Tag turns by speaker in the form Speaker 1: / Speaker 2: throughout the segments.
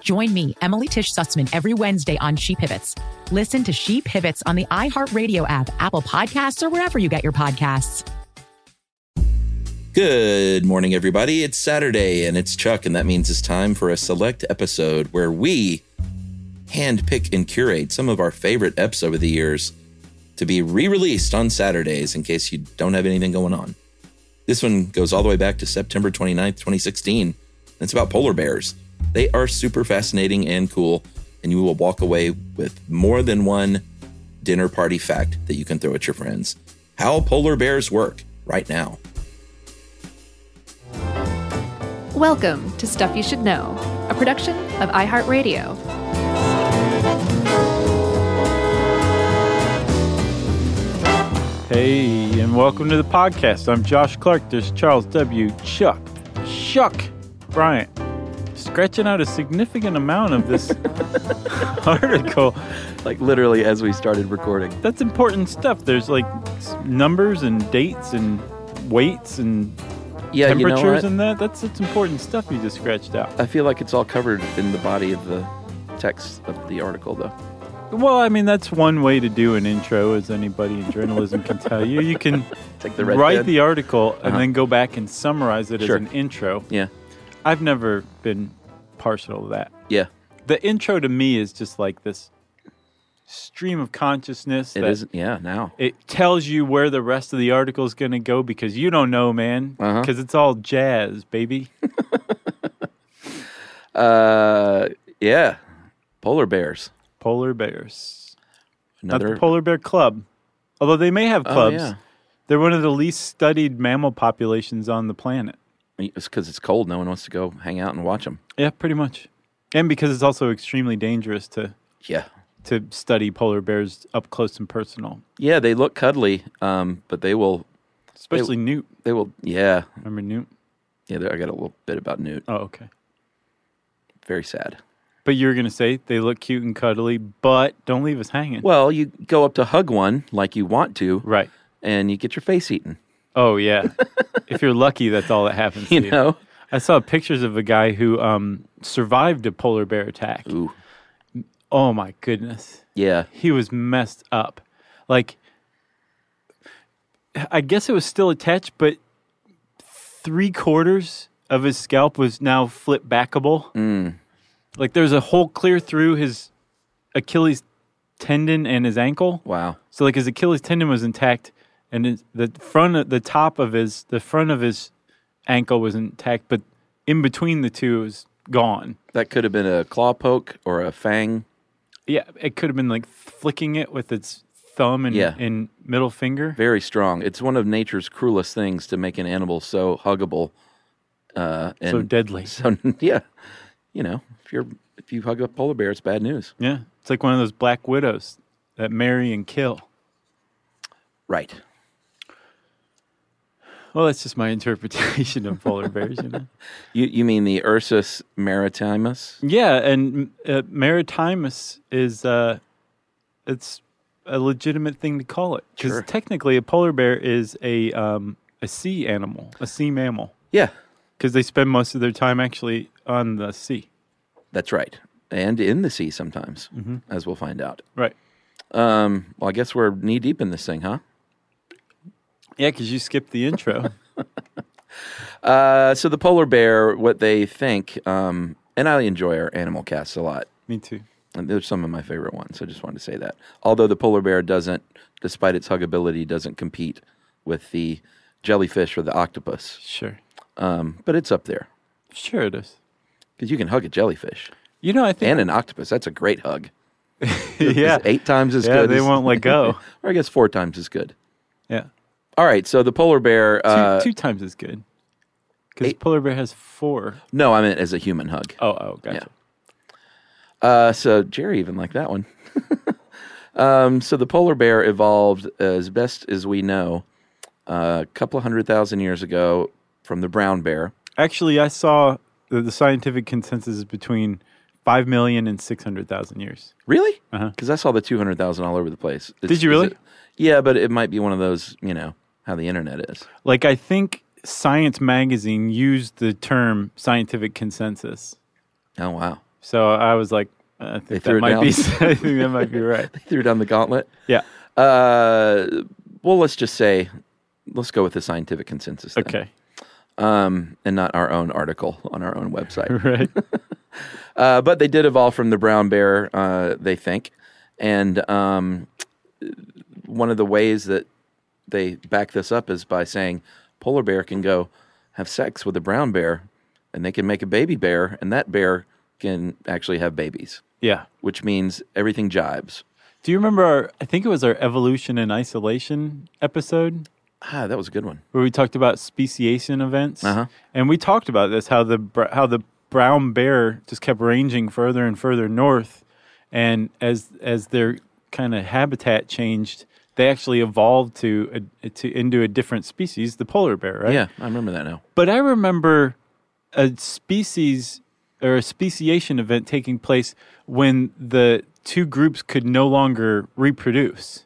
Speaker 1: Join me, Emily Tish Sussman, every Wednesday on She Pivots. Listen to She Pivots on the iHeartRadio app, Apple Podcasts, or wherever you get your podcasts.
Speaker 2: Good morning, everybody. It's Saturday and it's Chuck, and that means it's time for a select episode where we handpick and curate some of our favorite eps over the years to be re released on Saturdays in case you don't have anything going on. This one goes all the way back to September 29th, 2016. It's about polar bears. They are super fascinating and cool, and you will walk away with more than one dinner party fact that you can throw at your friends. How polar bears work right now.
Speaker 3: Welcome to Stuff You Should Know, a production of iHeartRadio.
Speaker 4: Hey, and welcome to the podcast. I'm Josh Clark. There's Charles W. Chuck. Chuck Bryant. Scratching out a significant amount of this article.
Speaker 5: Like literally as we started recording.
Speaker 4: That's important stuff. There's like s- numbers and dates and weights and
Speaker 5: Yeah, you know
Speaker 4: temperatures
Speaker 5: what?
Speaker 4: and that. That's, that's important stuff you just scratched out.
Speaker 5: I feel like it's all covered in the body of the text of the article, though.
Speaker 4: Well, I mean, that's one way to do an intro, as anybody in journalism can tell you. You can
Speaker 5: Take the red
Speaker 4: write
Speaker 5: pen.
Speaker 4: the article and
Speaker 5: Uh-huh.
Speaker 4: then go back and summarize it
Speaker 5: Sure.
Speaker 4: as an intro.
Speaker 5: Yeah,
Speaker 4: I've never been partial to that.
Speaker 5: yeah.
Speaker 4: The intro to me is just like this stream of consciousness
Speaker 5: It
Speaker 4: that
Speaker 5: isn't. Yeah, now.
Speaker 4: it tells you where the rest of the article is going to go because you don't know, man.
Speaker 5: Uh-huh.
Speaker 4: Because it's all jazz, baby.
Speaker 5: Uh, yeah. Polar bears.
Speaker 4: Polar bears. Not
Speaker 5: Another.
Speaker 4: the Polar Bear Club. Although they may have
Speaker 5: Oh,
Speaker 4: clubs.
Speaker 5: yeah. um,
Speaker 4: Oh, Oh, um, Oh,
Speaker 5: uh, Um,
Speaker 4: uh, um,
Speaker 5: Uh, um, And those are some of my favorite ones. I just wanted to say that. Although the polar bear doesn't, despite its huggability, doesn't compete with the jellyfish or the octopus.
Speaker 4: Sure.
Speaker 5: Um, but it's up there
Speaker 4: Sure it is.
Speaker 5: because you can hug a jellyfish
Speaker 4: You know, I think.
Speaker 5: and an octopus. That's a great hug.
Speaker 4: yeah.
Speaker 5: It's eight times as
Speaker 4: Yeah,
Speaker 5: good.
Speaker 4: they
Speaker 5: as-
Speaker 4: won't let go.
Speaker 5: or I guess four times as good.
Speaker 4: Yeah.
Speaker 5: All right, so the polar bear.
Speaker 4: Two,
Speaker 5: Uh,
Speaker 4: two times as good. Because
Speaker 5: eight-
Speaker 4: polar bear has four.
Speaker 5: No, I meant as a human hug.
Speaker 4: Oh, oh, gotcha.
Speaker 5: Uh, so Jerry even liked that one. um, so the polar bear evolved, as best as we know, uh, a couple of hundred thousand years ago from the brown bear.
Speaker 4: Actually, I saw that the scientific consensus is between 5 million and 600,000 years.
Speaker 5: Really?
Speaker 4: Uh-huh.
Speaker 5: Because I saw the two hundred thousand all over the place. It's-
Speaker 4: Did you
Speaker 5: is
Speaker 4: really?
Speaker 5: it- yeah, but it might be one of those. You know how the internet is.
Speaker 4: Like, I think Science Magazine used the term scientific consensus.
Speaker 5: Oh wow!
Speaker 4: So I was like, I think
Speaker 5: threw
Speaker 4: that
Speaker 5: it
Speaker 4: might
Speaker 5: down.
Speaker 4: be. I think that might be right.
Speaker 5: They threw down the gauntlet.
Speaker 4: Yeah.
Speaker 5: Uh, well, let's just say, let's go with the scientific consensus. then.
Speaker 4: Okay.
Speaker 5: um, and not our own article on our own website.
Speaker 4: Right.
Speaker 5: uh, but they did evolve from the brown bear, uh, they think. And um, one of the ways that they back this up is by saying polar bear can go have sex with a brown bear and they can make a baby bear, and that bear can actually have babies,
Speaker 4: Yeah.
Speaker 5: which means everything jibes.
Speaker 4: Do you remember our? I think it was our evolution and isolation episode
Speaker 5: Ah, that was a good one.
Speaker 4: where we talked about speciation events,
Speaker 5: Uh-huh.
Speaker 4: and we talked about this how the br- how the brown bear just kept ranging further and further north, and as as their kind of habitat changed, they actually evolved to a, to into a different species, the polar bear, right?
Speaker 5: Yeah, I remember that now.
Speaker 4: But I remember a species or a speciation event taking place when the two groups could no longer reproduce.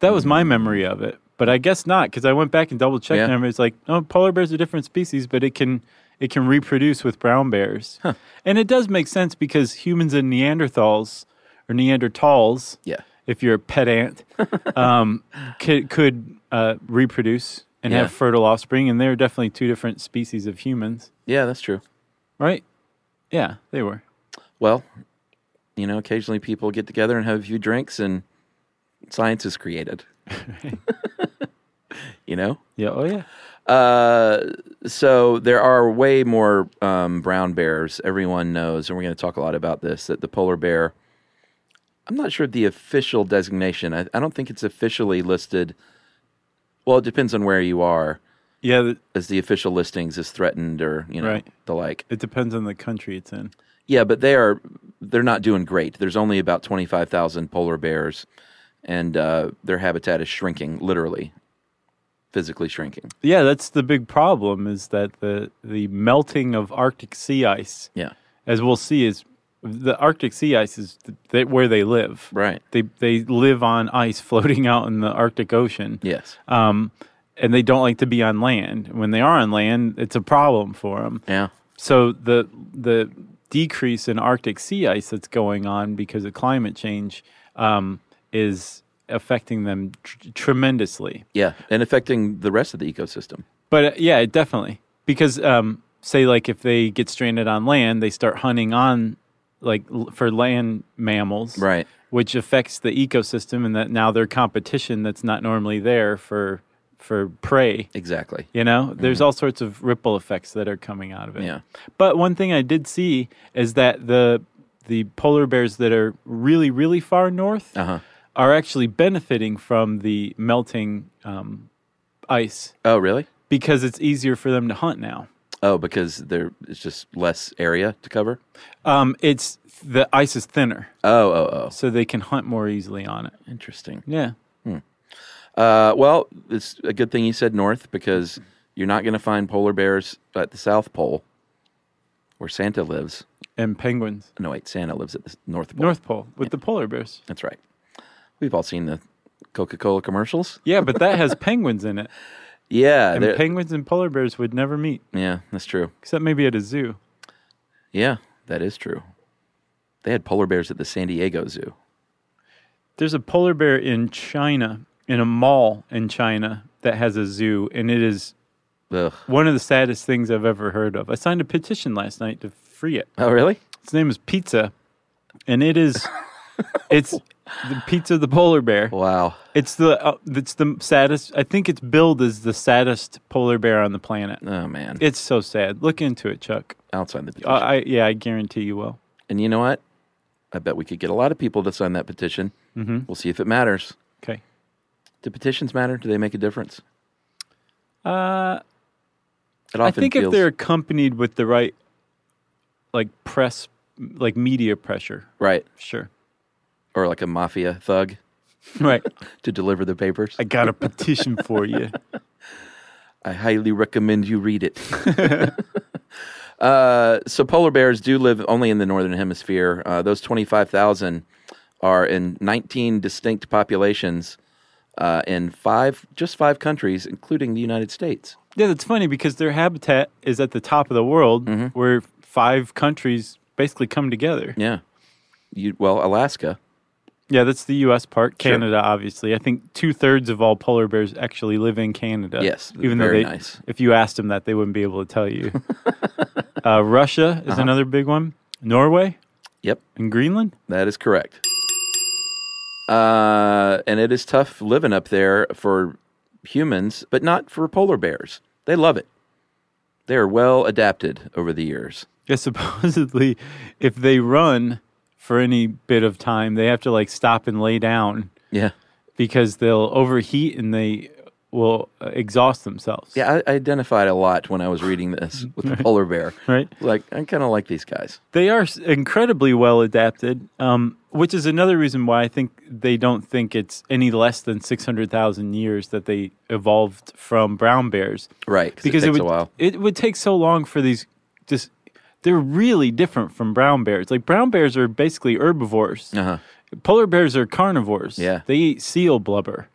Speaker 4: That was my memory of it, but I guess not because I went back and double checked,
Speaker 5: Yeah.
Speaker 4: and it's like, no, polar bears are different species, but it can it can reproduce with brown bears, and it does make sense because humans and Neanderthals or Neanderthals,
Speaker 5: Yeah.
Speaker 4: if you're a pedant, um, could, could uh, reproduce and
Speaker 5: Yeah.
Speaker 4: have fertile offspring, and they're definitely two different species of humans,
Speaker 5: Yeah, that's true.
Speaker 4: right? Yeah, they were.
Speaker 5: Well, you know, occasionally people get together and have a few drinks, and science is created. you know?
Speaker 4: Yeah. Oh, yeah.
Speaker 5: Uh, so there are way more um, brown bears. Everyone knows, and we're going to talk a lot about this, that the polar bear, I'm not sure of the official designation. I, I don't think it's officially listed. Well, it depends on where you are,
Speaker 4: Yeah. th-
Speaker 5: as the official listings is threatened or, you know,
Speaker 4: Right.
Speaker 5: the like.
Speaker 4: It depends on the country it's in.
Speaker 5: Yeah, but they are they're not doing great. There's only about twenty five thousand polar bears, and uh, their habitat is shrinking, literally, physically shrinking.
Speaker 4: Yeah, that's the big problem is that the the melting of Arctic sea ice,
Speaker 5: Yeah,
Speaker 4: as we'll see, is the Arctic sea ice is th- they, where they live.
Speaker 5: right.
Speaker 4: They they live on ice floating out in the Arctic Ocean.
Speaker 5: Yes.
Speaker 4: um, and they don't like to be on land. When they are on land, it's a problem for them.
Speaker 5: Yeah.
Speaker 4: So the the decrease in Arctic sea ice that's going on because of climate change um, is affecting them tr- tremendously.
Speaker 5: Yeah, and affecting the rest of the ecosystem.
Speaker 4: But uh, yeah, it definitely because um, say like if they get stranded on land, they start hunting on like l- for land mammals,
Speaker 5: Right.
Speaker 4: Which affects the ecosystem, and that now their competition that's not normally there for for prey
Speaker 5: Exactly.
Speaker 4: you know, there's all sorts of ripple effects that are coming out of it.
Speaker 5: Mm-hmm. Yeah.
Speaker 4: But one thing I did see is that the the polar bears that are really really far north
Speaker 5: Uh huh.
Speaker 4: are actually benefiting from the melting um, ice
Speaker 5: Oh, really?
Speaker 4: because it's easier for them to hunt now.
Speaker 5: Oh, because there it's just less area to cover.
Speaker 4: Um, it's the ice is thinner,
Speaker 5: Oh, oh,
Speaker 4: so they can hunt more easily on it.
Speaker 5: oh. Interesting.
Speaker 4: Yeah.
Speaker 5: Uh, well, it's a good thing you said north because you're not going to find polar bears at the South Pole, where Santa lives.
Speaker 4: And penguins,
Speaker 5: No, wait, Santa lives at the North Pole.
Speaker 4: North Pole with the polar bears.
Speaker 5: That's right. We've all seen the Coca Cola commercials.
Speaker 4: Yeah, but that has penguins in it,
Speaker 5: Yeah,
Speaker 4: and
Speaker 5: they're-
Speaker 4: penguins and polar bears would never meet
Speaker 5: yeah, that's true.
Speaker 4: except maybe at a zoo.
Speaker 5: Yeah, that is true. They had polar bears at the San Diego Zoo.
Speaker 4: There's a polar bear in China, in a mall in China that has a zoo, and it is
Speaker 5: Ugh.
Speaker 4: one of the saddest things I've ever heard of. I signed a petition last night to free it.
Speaker 5: Oh, really?
Speaker 4: Its name is Pizza. and it is it's the pizza the polar bear.
Speaker 5: Wow.
Speaker 4: It's the uh, it's the saddest. I think it's billed as the saddest polar bear on the planet.
Speaker 5: Oh man.
Speaker 4: It's so sad. Look into it, Chuck.
Speaker 5: Outside the petition.
Speaker 4: I, I yeah, I guarantee you will.
Speaker 5: and you know what? I bet we could get a lot of people to sign that petition. Mm-hmm. We'll see if it matters.
Speaker 4: Okay.
Speaker 5: Do petitions matter? Do they make a difference?
Speaker 4: Uh,
Speaker 5: It
Speaker 4: I
Speaker 5: often
Speaker 4: think if
Speaker 5: feels
Speaker 4: they're accompanied with the right, like press, like media pressure,
Speaker 5: right
Speaker 4: sure.
Speaker 5: or like a mafia thug
Speaker 4: Right.
Speaker 5: to deliver the papers.
Speaker 4: I got a petition for you.
Speaker 5: I highly recommend you read it. uh, so polar bears do live only in the northern hemisphere. Uh, those twenty five thousand are in nineteen distinct populations uh, in five, just five countries, including the United States.
Speaker 4: Yeah, that's funny because their habitat is at the top of the world, where five countries basically come together.
Speaker 5: Yeah, you well, Alaska.
Speaker 4: Yeah, that's the U.S. part.
Speaker 5: Sure.
Speaker 4: Canada, obviously. I think two thirds of all polar bears actually live in Canada.
Speaker 5: Yes,
Speaker 4: even though
Speaker 5: very
Speaker 4: they,
Speaker 5: nice.
Speaker 4: if you asked them that, they wouldn't be able to tell you. uh, Russia
Speaker 5: Uh-huh.
Speaker 4: is another big one. Norway
Speaker 5: Yep,
Speaker 4: and Greenland.
Speaker 5: that is correct. Uh, and it is tough living up there for humans, but not for polar bears. They love it. They are well adapted over the years.
Speaker 4: Yeah, supposedly, if they run for any bit of time, they have to like stop and lay down
Speaker 5: Yeah.
Speaker 4: because they'll overheat and they will uh, exhaust themselves.
Speaker 5: Yeah, I I identified a lot when I was reading this with the polar bear.
Speaker 4: Right.
Speaker 5: Like, I kind of like these guys.
Speaker 4: They are s- incredibly well adapted, um, which is another reason why I think they don't think it's any less than 600,000 years that they evolved from brown bears.
Speaker 5: Right. Because it, takes
Speaker 4: would,
Speaker 5: a while.
Speaker 4: it would take so long for these just. They're really different from brown bears. Like brown bears are basically herbivores.
Speaker 5: Uh-huh.
Speaker 4: Polar bears are carnivores.
Speaker 5: Yeah.
Speaker 4: They eat seal blubber.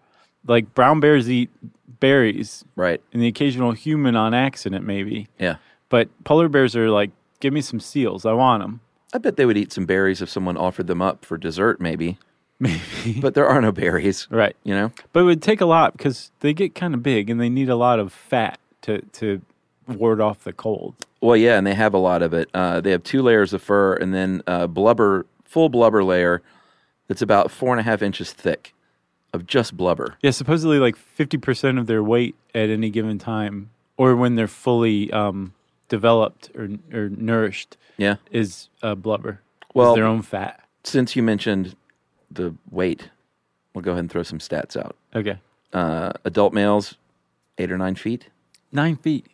Speaker 4: Like brown bears eat berries
Speaker 5: Right.
Speaker 4: and the occasional human on accident maybe.
Speaker 5: Yeah.
Speaker 4: But polar bears are like, give me some seals. I want them.
Speaker 5: I bet they would eat some berries if someone offered them up for dessert, maybe. Maybe. But there are no berries.
Speaker 4: Right.
Speaker 5: You know?
Speaker 4: But it would take a lot because they get kind of big and they need a lot of fat to, to ward off the cold.
Speaker 5: Well, yeah, and they have a lot of it. Uh, they have two layers of fur and then uh, blubber, full blubber layer that's about four and a half inches thick of just blubber.
Speaker 4: Yeah, supposedly like 50% of their weight at any given time or when they're fully um, developed or, or nourished
Speaker 5: Yeah.
Speaker 4: is uh, blubber. It's
Speaker 5: Well-
Speaker 4: their own fat.
Speaker 5: Since you mentioned the weight, we'll go ahead and throw some stats out.
Speaker 4: Okay.
Speaker 5: Uh, adult males, eight or nine feet.
Speaker 4: Nine feet.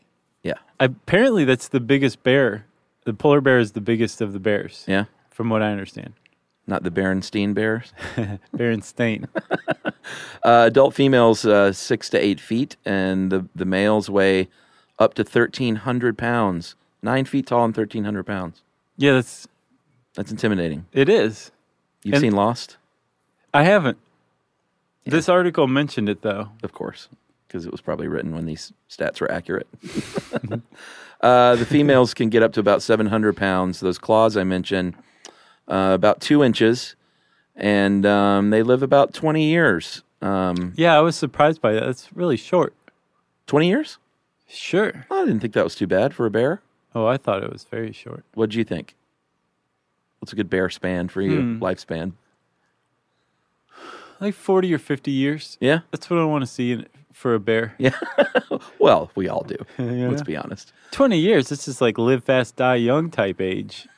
Speaker 5: Yeah.
Speaker 4: Apparently, that's the biggest bear. The polar bear is the biggest of the bears,
Speaker 5: Yeah.
Speaker 4: from what I understand.
Speaker 5: Not the Berenstein bears.
Speaker 4: Berenstain.
Speaker 5: Uh, adult females, uh, six to eight feet, and the, the males weigh up to 1,300 pounds. Nine feet tall and 1,300 pounds.
Speaker 4: yeah, that's
Speaker 5: That's intimidating.
Speaker 4: it is.
Speaker 5: You've
Speaker 4: And-
Speaker 5: seen Lost?
Speaker 4: I haven't. This article mentioned it though.
Speaker 5: Of course, because it was probably written when these stats were accurate. uh, the females can get up to about 700 pounds. Those claws I mentioned, uh, about two inches, and um, they live about 20 years. Um,
Speaker 4: Yeah, I was surprised by that. That's really short.
Speaker 5: 20 years?
Speaker 4: Sure.
Speaker 5: I didn't think that was too bad for a bear.
Speaker 4: Oh, I thought it was very short.
Speaker 5: What do you think? What's a good bear span for you? Lifespan?
Speaker 4: Like 40 or 50 years.
Speaker 5: Yeah.
Speaker 4: That's what I want to see in, for a bear.
Speaker 5: Well, we all do. Let's be honest.
Speaker 4: 20 years. This is like live fast, die young type age.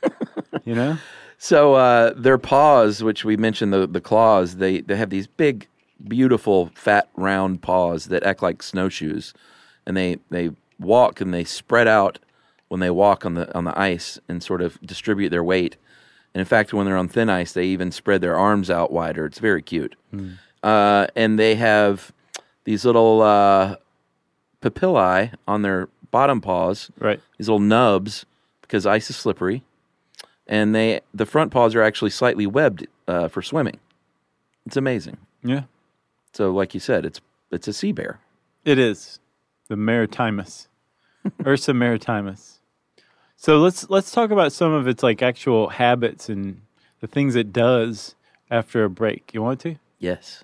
Speaker 4: you know?
Speaker 5: So uh, their paws, which we mentioned the the claws, they they have these big, beautiful, fat, round paws that act like snowshoes, and they they walk and they spread out when they walk on the on the ice and sort of distribute their weight. And in fact, when they're on thin ice, they even spread their arms out wider. It's very cute. Uh, and they have these little uh, papillae on their bottom paws
Speaker 4: Right.
Speaker 5: these little nubs because ice is slippery, and they the front paws are actually slightly webbed uh, for swimming. It's amazing.
Speaker 4: Yeah.
Speaker 5: So, like you said, it's it's a sea bear.
Speaker 4: It is the Maritimus, Ursa Maritimus. So let's let's talk about some of its like actual habits and the things it does after a break. You want to?
Speaker 5: Yes.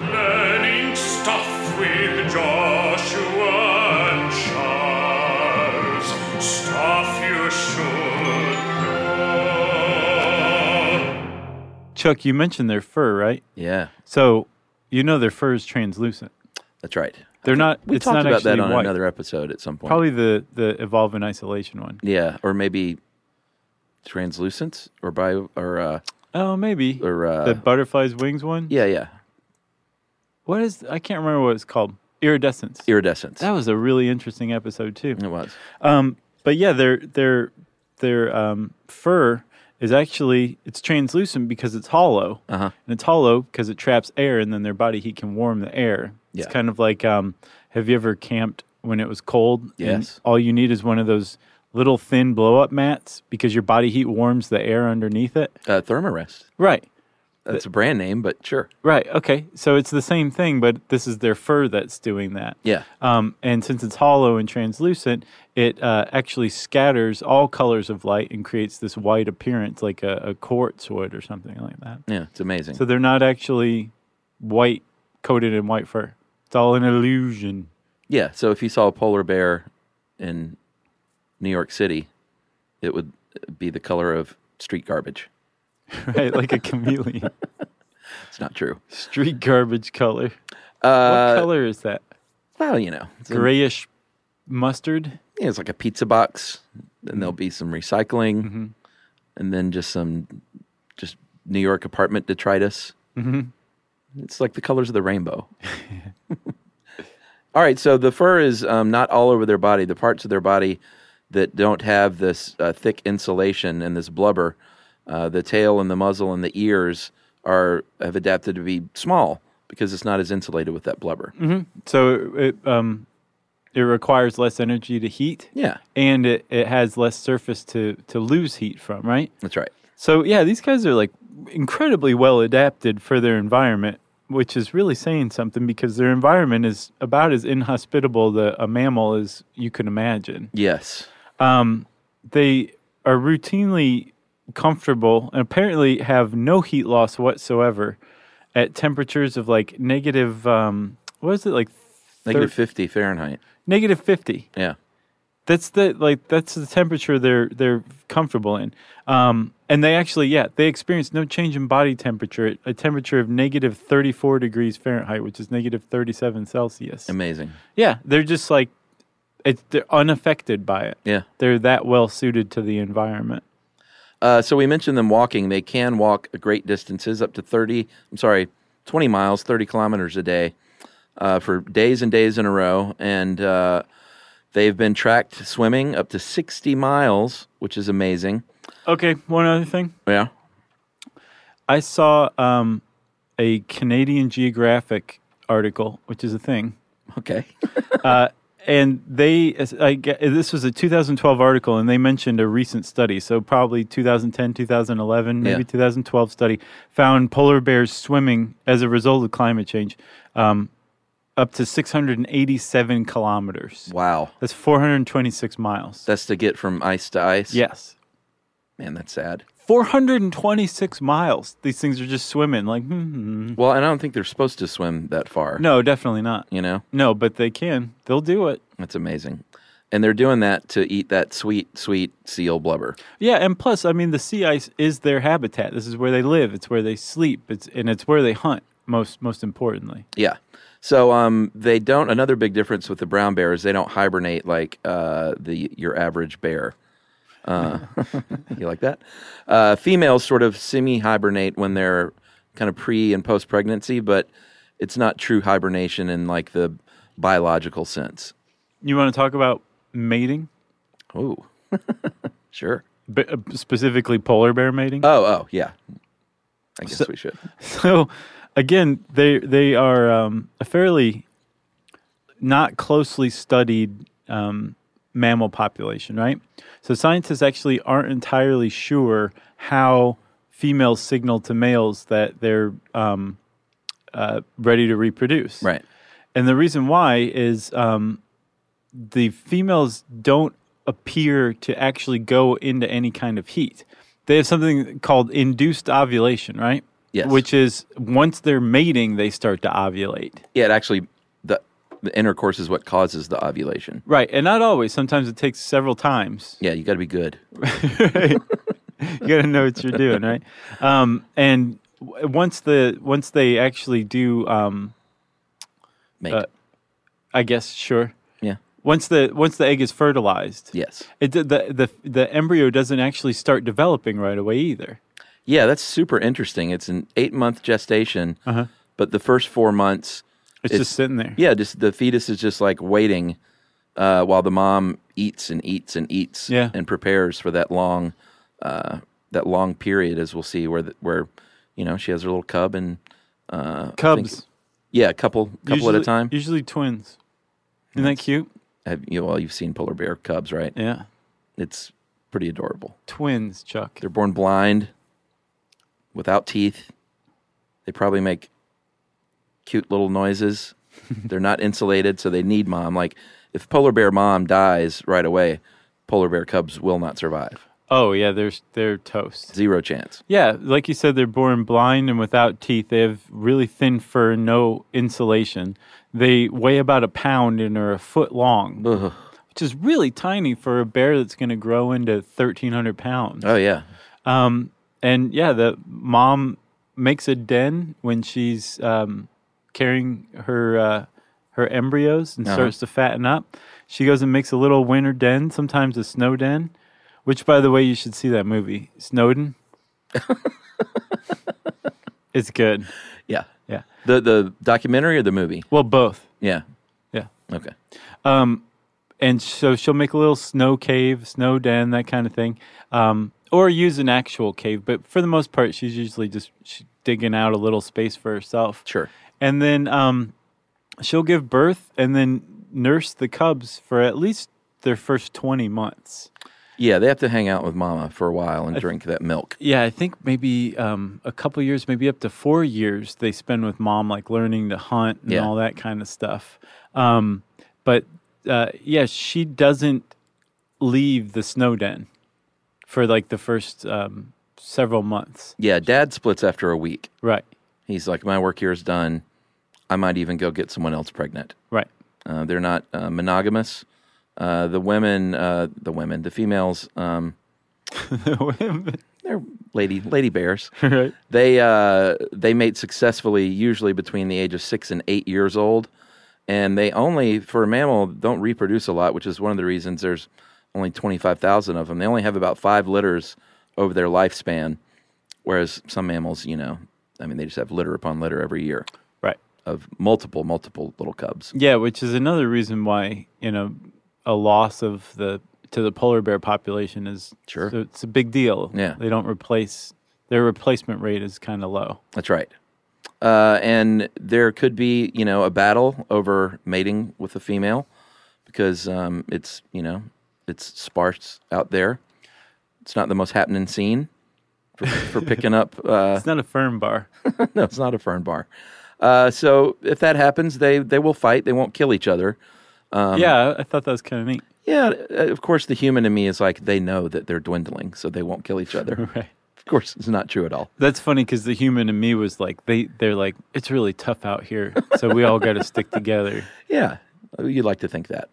Speaker 6: Learning stuff with Joshua and Charles. Stuff you should know.
Speaker 4: Chuck, you mentioned their fur, right?
Speaker 5: Yeah,
Speaker 4: So you know their fur is translucent.
Speaker 5: that's right.
Speaker 4: They're not.
Speaker 5: We
Speaker 4: it's
Speaker 5: talked
Speaker 4: not
Speaker 5: about that
Speaker 4: actually
Speaker 5: on
Speaker 4: white.
Speaker 5: another episode at some point.
Speaker 4: Probably the the evolve in isolation one.
Speaker 5: Yeah, or maybe translucent or bio or uh,
Speaker 4: Oh, maybe
Speaker 5: or uh,
Speaker 4: the butterfly's wings one.
Speaker 5: yeah, yeah,
Speaker 4: What is? I can't remember what it's called. Iridescence.
Speaker 5: iridescence.
Speaker 4: that was a really interesting episode too.
Speaker 5: it was.
Speaker 4: Um, but yeah, their their their um, fur is actually it's translucent because it's hollow,
Speaker 5: Uh-huh.
Speaker 4: and it's hollow because it traps air, and then their body heat can warm the air.
Speaker 5: Yeah.
Speaker 4: It's kind of like um, have you ever camped when it was cold? and
Speaker 5: Yes.
Speaker 4: all you need is one of those little thin blow up mats because your body heat warms the air underneath it.
Speaker 5: Uh, Thermarest.
Speaker 4: Right.
Speaker 5: That's a brand name, but sure.
Speaker 4: Right. Okay. So it's the same thing, but this is their fur that's doing that.
Speaker 5: Yeah.
Speaker 4: Um, and since it's hollow and translucent, it uh, actually scatters all colors of light and creates this white appearance, like a, a quartz would or something like that.
Speaker 5: Yeah, it's amazing.
Speaker 4: So they're not actually white coated in white fur. It's all an illusion.
Speaker 5: yeah, so if you saw a polar bear in New York City, it would be the color of street garbage.
Speaker 4: Right. Like a chameleon.
Speaker 5: It's not true.
Speaker 4: Street garbage color.
Speaker 5: Uh,
Speaker 4: what color is that?
Speaker 5: Well, you know, it's, a-
Speaker 4: Grayish mustard.
Speaker 5: yeah, it's like a pizza box, and there'll be some recycling, and then just some just New York apartment detritus. Mm-hmm. It's like the colors of the rainbow. all right, so the fur is um, not all over their body. The parts of their body that don't have this uh, thick insulation and this blubber, uh, the tail and the muzzle and the ears are have adapted to be small because it's not as insulated with that blubber.
Speaker 4: Mhm. So it um, it requires less energy to heat.
Speaker 5: Yeah.
Speaker 4: and it, it has less surface to to lose heat from. Right.
Speaker 5: That's right.
Speaker 4: So yeah, these guys are like incredibly well adapted for their environment, which is really saying something because their environment is about as inhospitable to a mammal as you can imagine.
Speaker 5: Yes.
Speaker 4: Um, they are routinely comfortable and apparently have no heat loss whatsoever at temperatures of like negative um what is it like
Speaker 5: Negative
Speaker 4: thir-
Speaker 5: 50 Fahrenheit.
Speaker 4: negative 50
Speaker 5: Yeah.
Speaker 4: that's the like that's the temperature they're they're comfortable in um and they actually yeah they experience no change in body temperature at a temperature of negative 34 degrees fahrenheit which is negative 37 celsius
Speaker 5: Amazing.
Speaker 4: yeah they're just like it's they're unaffected by it
Speaker 5: Yeah.
Speaker 4: they're that well suited to the environment
Speaker 5: Uh, so we mentioned them walking. They can walk great distances, up to 30, I'm sorry, 20 miles, 30 kilometers a day uh, for days and days in a row. And uh, they've been tracked swimming up to 60 miles, which is amazing.
Speaker 4: okay one other thing
Speaker 5: Yeah.
Speaker 4: I saw um, a Canadian Geographic article, which is a thing.
Speaker 5: Okay.
Speaker 4: uh, and they, I, ge- this was a 2012 article, and they mentioned a recent study. So probably 2010, 2011, maybe
Speaker 5: Yeah.
Speaker 4: 2012 study found polar bears swimming as a result of climate change um, up to 687 kilometers.
Speaker 5: Wow.
Speaker 4: That's 426 miles.
Speaker 5: That's to get from ice to ice.
Speaker 4: Yes.
Speaker 5: Man, that's sad.
Speaker 4: 426 miles. These things are just swimming. Like, hmm.
Speaker 5: Well, and I don't think they're supposed to swim that far.
Speaker 4: No, definitely not.
Speaker 5: You know?
Speaker 4: No, but they can. They'll do it.
Speaker 5: That's amazing. And they're doing that to eat that sweet, sweet seal blubber.
Speaker 4: Yeah, and plus, I mean, the sea ice is their habitat. This is where they live. It's where they sleep. It's and it's where they hunt. Most most importantly.
Speaker 5: Yeah. So um, they don't. Another big difference with the brown bear is they don't hibernate like uh, the your average bear. Uh, you like that? Uh, females sort of semi hibernate when they're kind of pre and post pregnancy, but it's not true hibernation in like the biological sense.
Speaker 4: You want to talk about mating?
Speaker 5: Oh, sure.
Speaker 4: B- uh, specifically, polar bear mating.
Speaker 5: Oh, oh, yeah. I guess we should.
Speaker 4: So, again, they they are um, a fairly not closely studied um, mammal population, right? So scientists actually aren't entirely sure how females signal to males that they're um, uh, ready to reproduce,
Speaker 5: right?
Speaker 4: And the reason why is um, the females don't appear to actually go into any kind of heat. They have something called induced ovulation, right?
Speaker 5: Yes.
Speaker 4: Which is once they're mating, they start to ovulate.
Speaker 5: Yeah, it actually the the intercourse is what causes the ovulation.
Speaker 4: Right. And not always. Sometimes it takes several times.
Speaker 5: Yeah, you got to be good.
Speaker 4: you got to know what you're doing, right? Um, and w- once the once they actually do um,
Speaker 5: mate,
Speaker 4: I guess sure.
Speaker 5: Yeah.
Speaker 4: Once the once the egg is fertilized,
Speaker 5: Yes.
Speaker 4: it d- the the the embryo doesn't actually start developing right away either.
Speaker 5: Yeah, that's super interesting. It's an eight month gestation,
Speaker 4: Uh-huh.
Speaker 5: but the first four months,
Speaker 4: It's just sitting there.
Speaker 5: Yeah, just the fetus is just like waiting uh, while the mom eats and eats and eats
Speaker 4: Yeah.
Speaker 5: and prepares for that long, uh, that long period, as we'll see, where the, where you know she has her little cub and uh, I think-
Speaker 4: Cubs.
Speaker 5: yeah, a couple couple
Speaker 4: usually,
Speaker 5: at a time.
Speaker 4: Usually twins. Isn't that cute?
Speaker 5: Have you well, you've seen polar bear cubs, right?
Speaker 4: Yeah,
Speaker 5: it's pretty adorable.
Speaker 4: Twins, Chuck.
Speaker 5: They're born blind, without teeth. They probably make cute little noises. They're not insulated, so they need mom. Like if polar bear mom dies right away, polar bear cubs will not survive.
Speaker 4: Oh yeah, they're they're toast.
Speaker 5: Zero chance.
Speaker 4: Yeah, like you said, they're born blind and without teeth. They have really thin fur, no insulation. They weigh about a pound and are a foot long, which is really tiny for a bear that's going to grow into 1,300 pounds.
Speaker 5: Oh yeah.
Speaker 4: Um, and yeah, the mom makes a den when she's um, carrying her uh, her embryos and
Speaker 5: Uh-huh.
Speaker 4: starts to fatten up. She goes and makes a little winter den, sometimes a snow den. Which, by the way, you should see that movie, Snowden. it's good.
Speaker 5: Yeah.
Speaker 4: Yeah.
Speaker 5: The the documentary or the movie?
Speaker 4: Well, both.
Speaker 5: Yeah.
Speaker 4: Yeah.
Speaker 5: Okay.
Speaker 4: Um, and so she'll make a little snow cave, snow den, that kind of thing. Um, or use an actual cave. But for the most part, she's usually just sh- digging out a little space for herself.
Speaker 5: Sure.
Speaker 4: And then um, she'll give birth and then nurse the cubs for at least their first 20 months.
Speaker 5: Yeah, they have to hang out with mama for a while and drink that milk.
Speaker 4: Yeah, I think maybe um, a couple years, maybe up to four years, they spend with mom, like learning to hunt and
Speaker 5: Yeah.
Speaker 4: all that kind of stuff. Um, but uh, yeah, she doesn't leave the snow den for like the first um, several months.
Speaker 5: Yeah, dad splits after a week.
Speaker 4: Right.
Speaker 5: He's like, my work here is done. I might even go get someone else pregnant.
Speaker 4: Right.
Speaker 5: Uh, they're not uh, monogamous. Uh, the women, uh, the women, the females, um, they're lady lady bears.
Speaker 4: Right.
Speaker 5: They uh, they mate successfully, usually between the age of six and eight years old, and they only for a mammal don't reproduce a lot, which is one of the reasons there's only twenty five thousand of them. They only have about five litters over their lifespan, whereas some mammals, you know, I mean, they just have litter upon litter every year,
Speaker 4: right?
Speaker 5: Of multiple multiple little cubs.
Speaker 4: Yeah, which is another reason why you know a loss of the to the polar bear population is
Speaker 5: Sure.
Speaker 4: so it's a big deal.
Speaker 5: Yeah.
Speaker 4: they don't replace their replacement rate is kind of low.
Speaker 5: That's right. Uh, and there could be, you know, a battle over mating with a female because um, it's, you know, it's sparse out there. It's not the most happening scene for, for picking up. Uh, it's
Speaker 4: not a fern bar.
Speaker 5: no, it's not a fern bar. Uh, so if that happens, they they will fight. They won't kill each other. Um,
Speaker 4: yeah, I thought that was kind of neat.
Speaker 5: yeah, uh, of course, the human in me is like, they know that they're dwindling, so they won't kill each other.
Speaker 4: Right.
Speaker 5: Of course, it's not true at all.
Speaker 4: That's funny because the human in me was like they they're like it's really tough out here, so we all got to stick together.
Speaker 5: Yeah, you'd like to think that.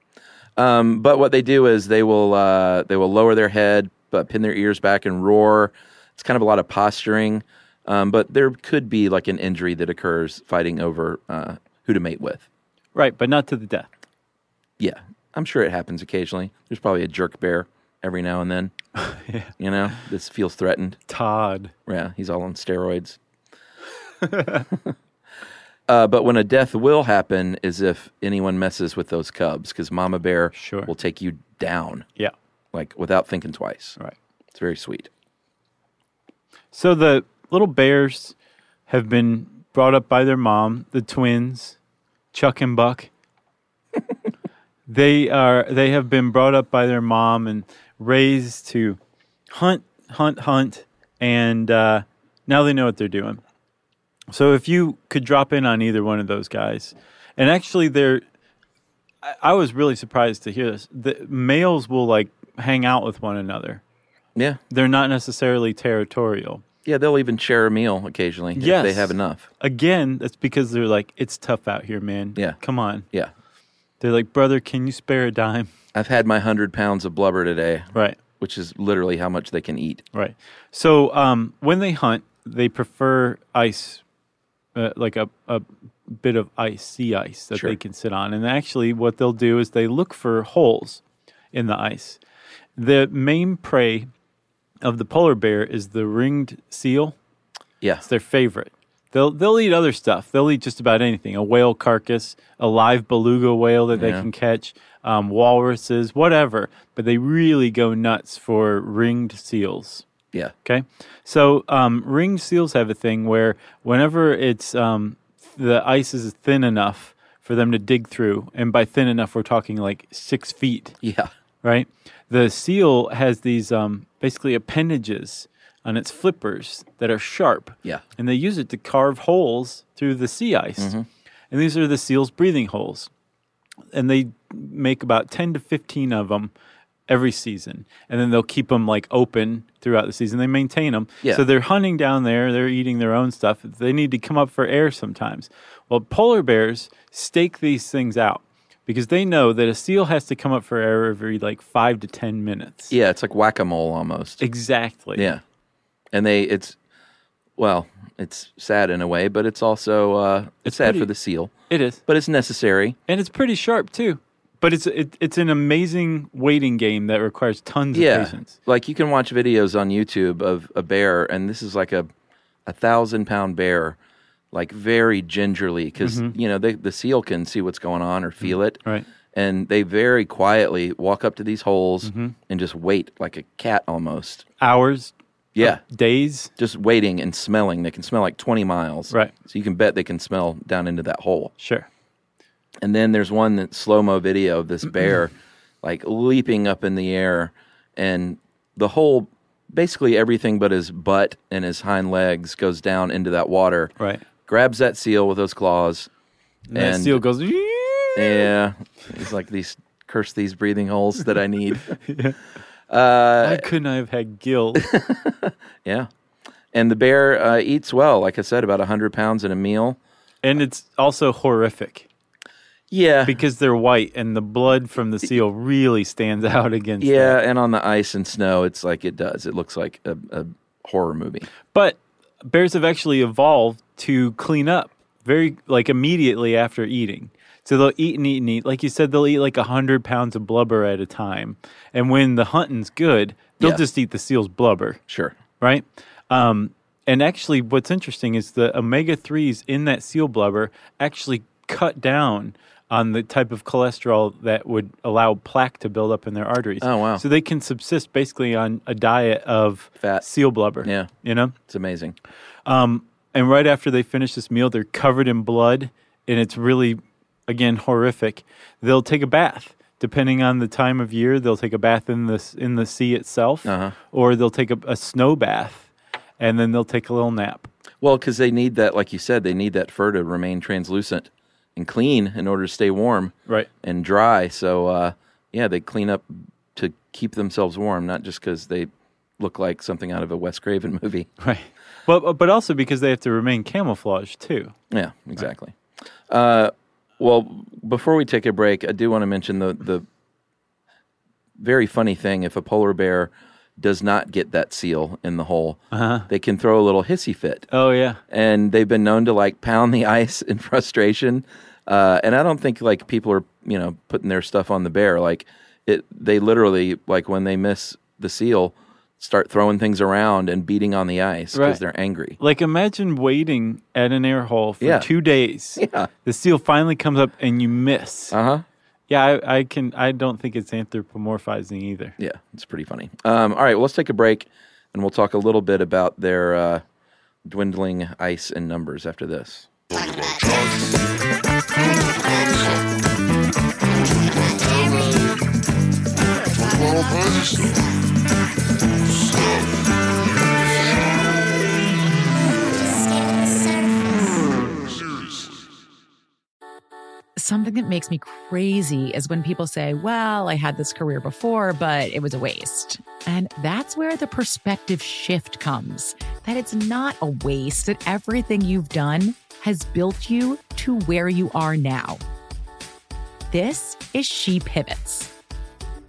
Speaker 5: Um, but what they do is they will uh, they will lower their head, but pin their ears back and roar. It's kind of a lot of posturing, um, but there could be like an injury that occurs fighting over uh, who to mate with.
Speaker 4: Right, but not to the death.
Speaker 5: Yeah, I'm sure it happens occasionally. There's probably a jerk bear every now and then.
Speaker 4: Yeah.
Speaker 5: You know, this feels threatened.
Speaker 4: Todd.
Speaker 5: Yeah, he's all on steroids. Uh, but when a death will happen is if anyone messes with those cubs, because Mama Bear will take you down.
Speaker 4: Yeah.
Speaker 5: Like without thinking twice.
Speaker 4: Right.
Speaker 5: It's very sweet.
Speaker 4: So the little bears have been brought up by their mom, the twins, Chuck and Buck. they are they have been brought up by their mom and raised to hunt, hunt, hunt, and uh, now they know what they're doing. So if you could drop in on either one of those guys, and actually they're I, I was really surprised to hear this. The males will like hang out with one another.
Speaker 5: Yeah.
Speaker 4: They're not necessarily territorial.
Speaker 5: Yeah, they'll even share a meal occasionally if they
Speaker 4: Yes.
Speaker 5: have enough.
Speaker 4: Again, that's because they're like, it's tough out here, man.
Speaker 5: Yeah.
Speaker 4: Come on.
Speaker 5: Yeah.
Speaker 4: They're like, brother, can you spare a dime?
Speaker 5: I've had my hundred pounds of blubber today.
Speaker 4: Right.
Speaker 5: Which is literally how much they can eat.
Speaker 4: Right. So um, when they hunt, they prefer ice, uh, like a, a bit of ice, sea ice that
Speaker 5: Sure.
Speaker 4: they can sit on. And actually, what they'll do is they look for holes in the ice. The main prey of the polar bear is the ringed seal.
Speaker 5: Yeah.
Speaker 4: It's their favorite. They'll they'll eat other stuff. They'll eat just about anything. A whale carcass, a live beluga whale that they
Speaker 5: Yeah.
Speaker 4: can catch, um, walruses, whatever. But they really go nuts for ringed seals.
Speaker 5: Yeah.
Speaker 4: Okay. So um, ringed seals have a thing where whenever it's um, the ice is thin enough for them to dig through, and by thin enough we're talking like six feet
Speaker 5: Yeah.
Speaker 4: right? The seal has these um, basically appendages on its flippers that are sharp.
Speaker 5: Yeah.
Speaker 4: And they use it to carve holes through the sea ice.
Speaker 5: Mm-hmm.
Speaker 4: And these are the seal's breathing holes. And they make about 10 to 15 of them every season. And then they'll keep them like open throughout the season. They maintain them.
Speaker 5: Yeah.
Speaker 4: So they're hunting down there, they're eating their own stuff. They need to come up for air sometimes. Well, polar bears stake these things out because they know that a seal has to come up for air every like 5 to 10 minutes.
Speaker 5: Yeah, it's like whack a mole almost.
Speaker 4: Exactly.
Speaker 5: Yeah. And they it's well, it's sad in a way, but it's also uh it's, sad
Speaker 4: pretty-
Speaker 5: for the seal.
Speaker 4: It is.
Speaker 5: But it's necessary.
Speaker 4: And it's pretty sharp too. But it's it, it's an amazing waiting game that requires tons
Speaker 5: yeah.
Speaker 4: of patience.
Speaker 5: Like you can watch videos on YouTube of a bear, and this is like a a thousand pound bear, like very gingerly, because
Speaker 4: Mhm.
Speaker 5: you know they, the seal can see what's going on or feel it,
Speaker 4: Mm-hmm. Right.
Speaker 5: and they very quietly walk up to these holes
Speaker 4: Mm-hmm.
Speaker 5: and just wait like a cat almost.
Speaker 4: Hours?
Speaker 5: Yeah.
Speaker 4: days?
Speaker 5: Just waiting and smelling. They can smell like 20 miles. Right. So you can bet they can smell down into that hole.
Speaker 4: Sure.
Speaker 5: And then there's one that slow mo video of this bear like leaping up in the air and the whole basically everything but his butt and his hind legs goes down into that water.
Speaker 4: Right.
Speaker 5: Grabs that seal with those claws.
Speaker 4: And that seal goes
Speaker 5: Yeah. He's like these curse these breathing holes that I need. Uh,
Speaker 4: Why couldn't I have had gills?
Speaker 5: yeah. And the bear uh, eats well, like I said, about 100 pounds in a meal.
Speaker 4: And it's also horrific.
Speaker 5: Yeah.
Speaker 4: Because they're white and the blood from the seal really stands out against
Speaker 5: Yeah, and on the ice and snow, it's like it does. It looks like a, a horror movie.
Speaker 4: But bears have actually evolved to clean up very like immediately after eating. So they'll eat and eat and eat. Like you said, they'll eat like hundred pounds of blubber at a time. And when the hunting's good, they'll
Speaker 5: Yeah.
Speaker 4: just eat the seal's blubber.
Speaker 5: Sure.
Speaker 4: Right? Um, and actually what's interesting is the omega threes in that seal blubber actually cut down on the type of cholesterol that would allow plaque to build up in their arteries.
Speaker 5: Oh, wow.
Speaker 4: So they can subsist basically on a diet of fat seal blubber.
Speaker 5: Yeah.
Speaker 4: You know?
Speaker 5: It's amazing.
Speaker 4: Um, and right after they finish this meal, they're covered in blood, and it's really, again, horrific. They'll take a bath. Depending on the time of year, they'll take a bath in the s- in the sea itself, or they'll take a, a snow bath, and then they'll take a little nap.
Speaker 5: Well, because they need that, like you said, they need that fur to remain translucent and clean in order to stay warm
Speaker 4: Right.
Speaker 5: and dry. So, uh, yeah, they clean up to keep themselves warm, not just because they look like something out of a Wes Craven movie.
Speaker 4: Right. But but also because they have to remain camouflaged too.
Speaker 5: Yeah, exactly. Uh, well, before we take a break, I do want to mention the the very funny thing. If a polar bear does not get that seal in the hole,
Speaker 4: Uh-huh.
Speaker 5: they can throw a little hissy fit.
Speaker 4: Oh yeah.
Speaker 5: and they've been known to like pound the ice in frustration. Uh, and I don't think like people are you know putting their stuff on the bear. Like it, they literally like when they miss the seal, start throwing things around and beating on the ice because
Speaker 4: Right.
Speaker 5: they're angry.
Speaker 4: Like imagine waiting at an air hole for
Speaker 5: Yeah.
Speaker 4: two days.
Speaker 5: Yeah.
Speaker 4: The seal finally comes up and you miss.
Speaker 5: Uh huh.
Speaker 4: Yeah, I, I can. I don't think it's anthropomorphizing either.
Speaker 5: Yeah, it's pretty funny. Um, all right, well, let's take a break, and we'll talk a little bit about their uh, dwindling ice in numbers after this.
Speaker 1: Something that makes me crazy is when people say, Well, I had this career before, but it was a waste. And that's where the perspective shift comes that it's not a waste, that everything you've done has built you to where you are now. This is She Pivots,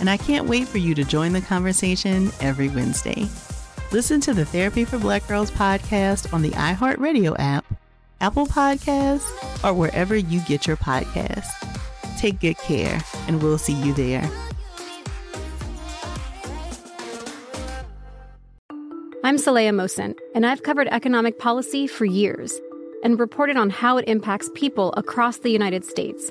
Speaker 7: and I can't wait for you to join the conversation every Wednesday. Listen to the Therapy for Black Girls podcast on the iHeartRadio app, Apple Podcasts, or wherever you get your podcasts. Take good care, and we'll see you there.
Speaker 8: I'm Saleya Mosin, and I've covered economic policy for years and reported on how it impacts people across the United States.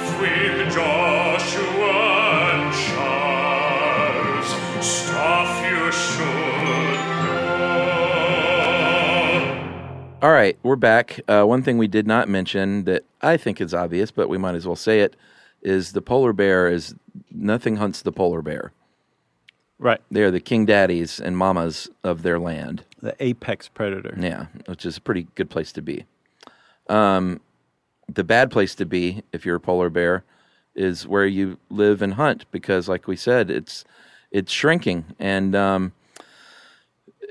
Speaker 6: with Joshua and Charles. Stuff you should know.
Speaker 5: All right, we're back. Uh, one thing we did not mention that I think is obvious, but we might as well say it, is the polar bear is nothing hunts the polar bear.
Speaker 4: Right.
Speaker 5: They are the king daddies and mamas of their land.
Speaker 4: The apex predator.
Speaker 5: Yeah, which is a pretty good place to be. Um, the bad place to be if you're a polar bear is where you live and hunt because, like we said, it's it's shrinking and um,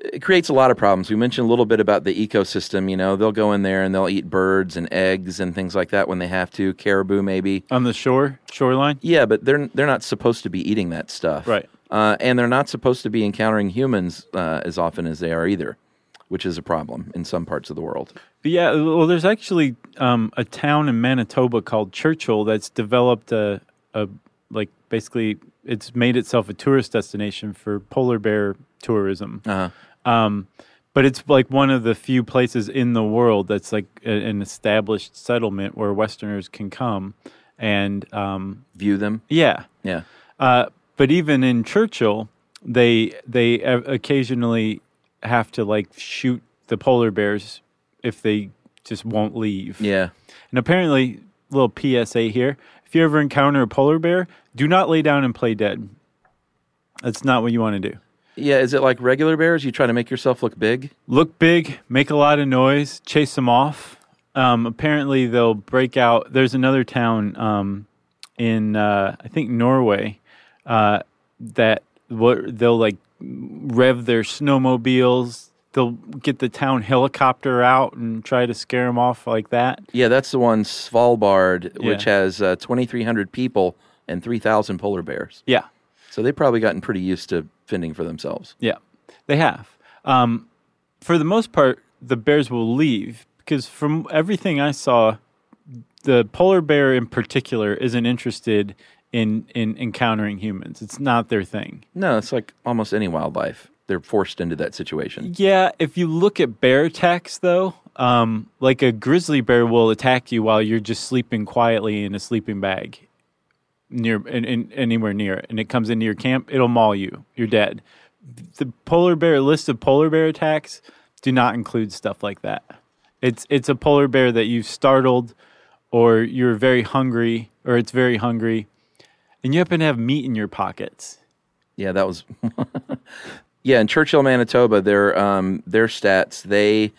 Speaker 5: it creates a lot of problems. We mentioned a little bit about the ecosystem. You know, they'll go in there and they'll eat birds and eggs and things like that when they have to. Caribou, maybe.
Speaker 4: On the shore, shoreline.
Speaker 5: Yeah, but they're they're not supposed to be eating that stuff,
Speaker 4: Right.
Speaker 5: Uh, and they're not supposed to be encountering humans uh, as often as they are either, which is a problem in some parts of the world.
Speaker 4: But yeah, well, there's actually um, a town in Manitoba called Churchill that's developed a, a like basically it's made itself a tourist destination for polar bear tourism.
Speaker 5: Uh-huh.
Speaker 4: Um, but it's like one of the few places in the world that's like a, an established settlement where Westerners can come and um,
Speaker 5: view them.
Speaker 4: Yeah,
Speaker 5: Yeah.
Speaker 4: uh, but even in Churchill, they they o- occasionally have to like shoot the polar bears if they just won't leave.
Speaker 5: Yeah.
Speaker 4: And apparently, little PSA here: if you ever encounter a polar bear, do not lay down and play dead. That's not what you want to do.
Speaker 5: Yeah. Is it like regular bears? You try to make yourself look big?
Speaker 4: Look big, make a lot of noise, chase them off. Um, apparently, they'll break out. There's another town um, in, uh, I think, Norway uh, that what they'll like rev their snowmobiles. They'll get the town helicopter out and try to scare them off like that.
Speaker 5: Yeah, that's the one Svalbard,
Speaker 4: Yeah.
Speaker 5: which has uh, 2,300 people and 3,000 polar bears.
Speaker 4: Yeah.
Speaker 5: So they've probably gotten pretty used to fending for themselves.
Speaker 4: Yeah, they have. Um, for the most part, the bears will leave because from everything I saw, the polar bear in particular isn't interested in in encountering humans. It's not their thing.
Speaker 5: No, it's like almost any wildlife. They're forced into that situation.
Speaker 4: Yeah, if you look at bear attacks though, um, like a grizzly bear will attack you while you're just sleeping quietly in a sleeping bag near in, in, anywhere near it, and it comes into your camp, it'll maul you. You're dead. The polar bear list of polar bear attacks do not include stuff like that. It's it's a polar bear that you've startled, or you're very hungry, or it's very hungry, and you happen to have meat in your pockets.
Speaker 5: Yeah, that was. yeah, in Churchill, Manitoba, their um, their stats they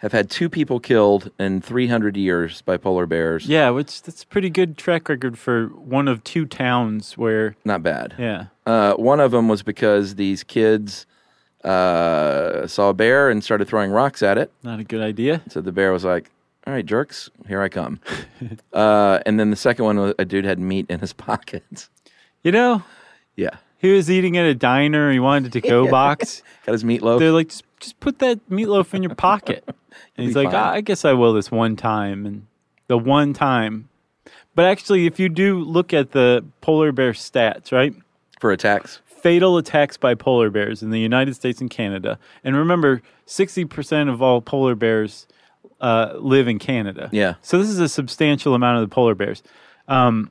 Speaker 5: have had two people killed in 300 years by polar bears.
Speaker 4: Yeah, which that's a pretty good track record for one of two towns where
Speaker 5: Not bad.
Speaker 4: yeah.
Speaker 5: Uh, one of them was because these kids uh, saw a bear and started throwing rocks at it.
Speaker 4: Not a good idea.
Speaker 5: So the bear was like, "All right, jerks, here I come." uh, and then the second one, was a dude had meat in his pockets.
Speaker 4: You know,
Speaker 5: Yeah,
Speaker 4: he was eating at a diner. He wanted to go box.
Speaker 5: got his meatloaf.
Speaker 4: They're like, just, just put that meatloaf in your pocket. and he's
Speaker 5: be
Speaker 4: like,
Speaker 5: fine.
Speaker 4: "Ah, I guess I will this one time. And the one time. But actually, if you do look at the polar bear stats, right?
Speaker 5: for attacks.
Speaker 4: Fatal attacks by polar bears in the United States and Canada. And remember, 60% of all polar bears uh, live in Canada.
Speaker 5: Yeah.
Speaker 4: So this is a substantial amount of the polar bears. Um,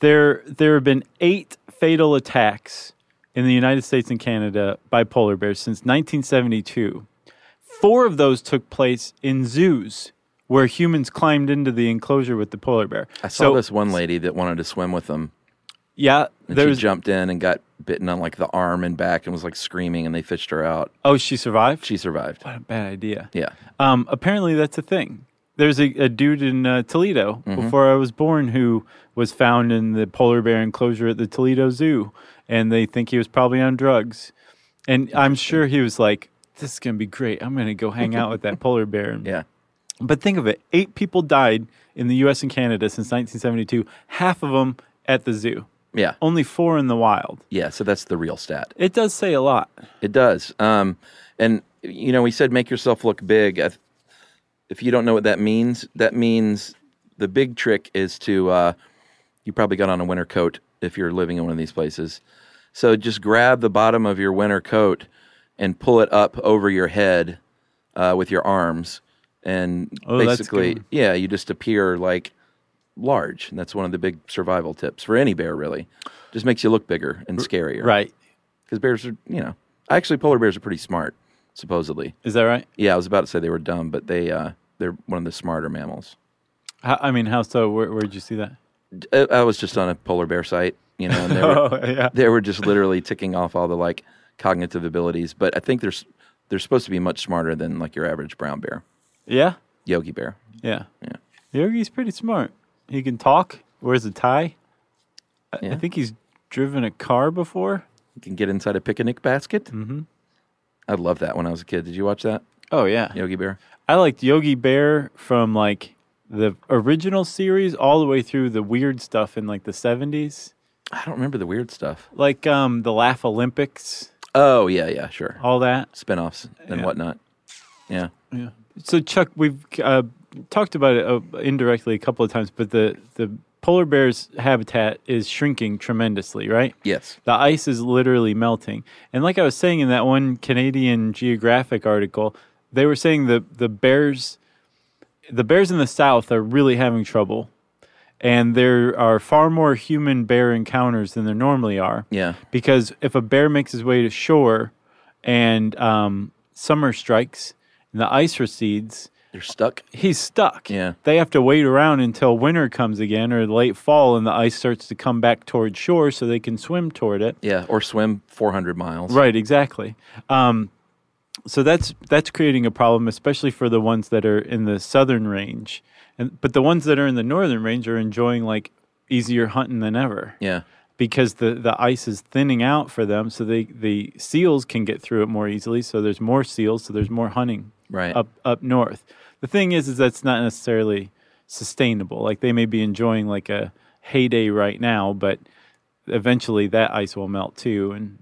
Speaker 4: there, there have been eight fatal attacks in the United States and Canada by polar bears since 1972. Four of those took place in zoos where humans climbed into the enclosure with the polar bear.
Speaker 5: I saw this one lady that wanted to swim with them.
Speaker 4: Yeah,
Speaker 5: And
Speaker 4: there
Speaker 5: she
Speaker 4: was-
Speaker 5: jumped in and got bitten on like the arm and back and was like screaming and they fished her out.
Speaker 4: Oh, she survived?
Speaker 5: She survived.
Speaker 4: What a bad idea.
Speaker 5: Yeah.
Speaker 4: Um, apparently, that's a thing. There's a, a dude in uh, Toledo
Speaker 5: Mhm.
Speaker 4: before I was born who was found in the polar bear enclosure at the Toledo Zoo, and they think he was probably on drugs. And I'm sure he was like, "This is gonna be great. I'm gonna go hang out with that polar bear."
Speaker 5: Yeah.
Speaker 4: But think of it: eight people died in the U.S. and Canada since 1972. Half of them at the zoo.
Speaker 5: Yeah.
Speaker 4: Only four in the wild.
Speaker 5: Yeah, so that's the real stat.
Speaker 4: It does say a lot.
Speaker 5: It does. Um, and you know, we said make yourself look big. I th- If you don't know what that means, that means the big trick is to uh, you probably got on a winter coat if you're living in one of these places. So just grab the bottom of your winter coat and pull it up over your head uh, with your arms, and
Speaker 4: Oh, that's
Speaker 5: basically,
Speaker 4: good.
Speaker 5: yeah, you just appear like large. And that's one of the big survival tips for any bear, really. Just makes you look bigger and scarier,
Speaker 4: right?
Speaker 5: Because bears are, you know, actually polar bears are pretty smart, supposedly.
Speaker 4: Is that right?
Speaker 5: Yeah, I was about to say they were dumb, but they uh, they're one of the smarter mammals.
Speaker 4: How, I mean, how so? Where, where'd you see that?
Speaker 5: D- uh, I, I was just on a polar bear site, you know, and they were,
Speaker 4: Oh, yeah.
Speaker 5: they were just literally ticking off all the like cognitive abilities. But I think they're s- they're supposed to be much smarter than like your average brown bear,
Speaker 4: Yeah.
Speaker 5: Yogi bear.
Speaker 4: Yeah. Yeah. Yogi's pretty smart. He can talk. Wears a tie. I, I think he's driven a car before.
Speaker 5: You can get inside a picnic basket. Mm-hmm. I loved that when I was a kid. Did you watch that?
Speaker 4: Oh yeah.
Speaker 5: Yogi Bear.
Speaker 4: I liked Yogi Bear from like the original series all the way through the weird stuff in like the 70s.
Speaker 5: I don't remember the weird stuff.
Speaker 4: Like um the Laugh Olympics,
Speaker 5: Oh yeah, yeah, sure.
Speaker 4: all that.
Speaker 5: Spinoffs and
Speaker 4: Yeah.
Speaker 5: whatnot. Yeah.
Speaker 4: Yeah. So Chuck, we've uh, talked about it uh, indirectly a couple of times, but the the polar bear's habitat is shrinking tremendously, right?
Speaker 5: Yes.
Speaker 4: The ice is literally melting, and like I was saying in that one Canadian Geographic article, they were saying the the bears, the bears in the south are really having trouble, and there are far more human bear encounters than there normally are
Speaker 5: Yeah.
Speaker 4: because if a bear makes his way to shore and um, summer strikes and the ice recedes,
Speaker 5: they're stuck.
Speaker 4: He's stuck.
Speaker 5: Yeah.
Speaker 4: They have to wait around until winter comes again or late fall and the ice starts to come back toward shore so they can swim toward it.
Speaker 5: Yeah, or swim 400 miles.
Speaker 4: Right, exactly. Um, so that's that's creating a problem, especially for the ones that are in the southern range, and but the ones that are in the northern range are enjoying like easier hunting than ever.
Speaker 5: Yeah.
Speaker 4: because the the ice is thinning out for them, so they the seals can get through it more easily. So there's more seals, so there's more hunting
Speaker 5: Right.
Speaker 4: up up north. The thing is, is that's not necessarily sustainable. Like they may be enjoying like a heyday right now, but eventually that ice will melt too, and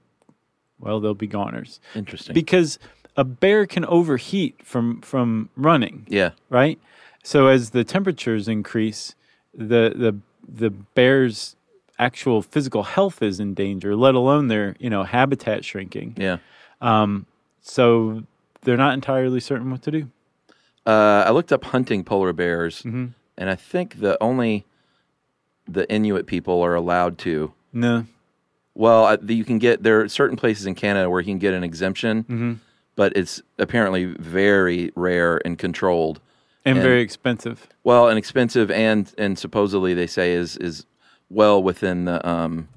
Speaker 4: well, they'll be goners.
Speaker 5: Interesting.
Speaker 4: Because a bear can overheat from from running.
Speaker 5: Yeah.
Speaker 4: Right? So as the temperatures increase, the the the bear's actual physical health is in danger, let alone their, you know, habitat shrinking.
Speaker 5: Yeah.
Speaker 4: Um so they're not entirely certain what to do.
Speaker 5: Uh, I looked up hunting polar bears,
Speaker 4: Mhm.
Speaker 5: and I think the only the Inuit people are allowed to.
Speaker 4: No.
Speaker 5: Well, I, the, you can get there are certain places in Canada where you can get an exemption,
Speaker 4: Mhm.
Speaker 5: but it's apparently very rare and controlled,
Speaker 4: And, very expensive.
Speaker 5: well and expensive, and and supposedly they say is is well within the um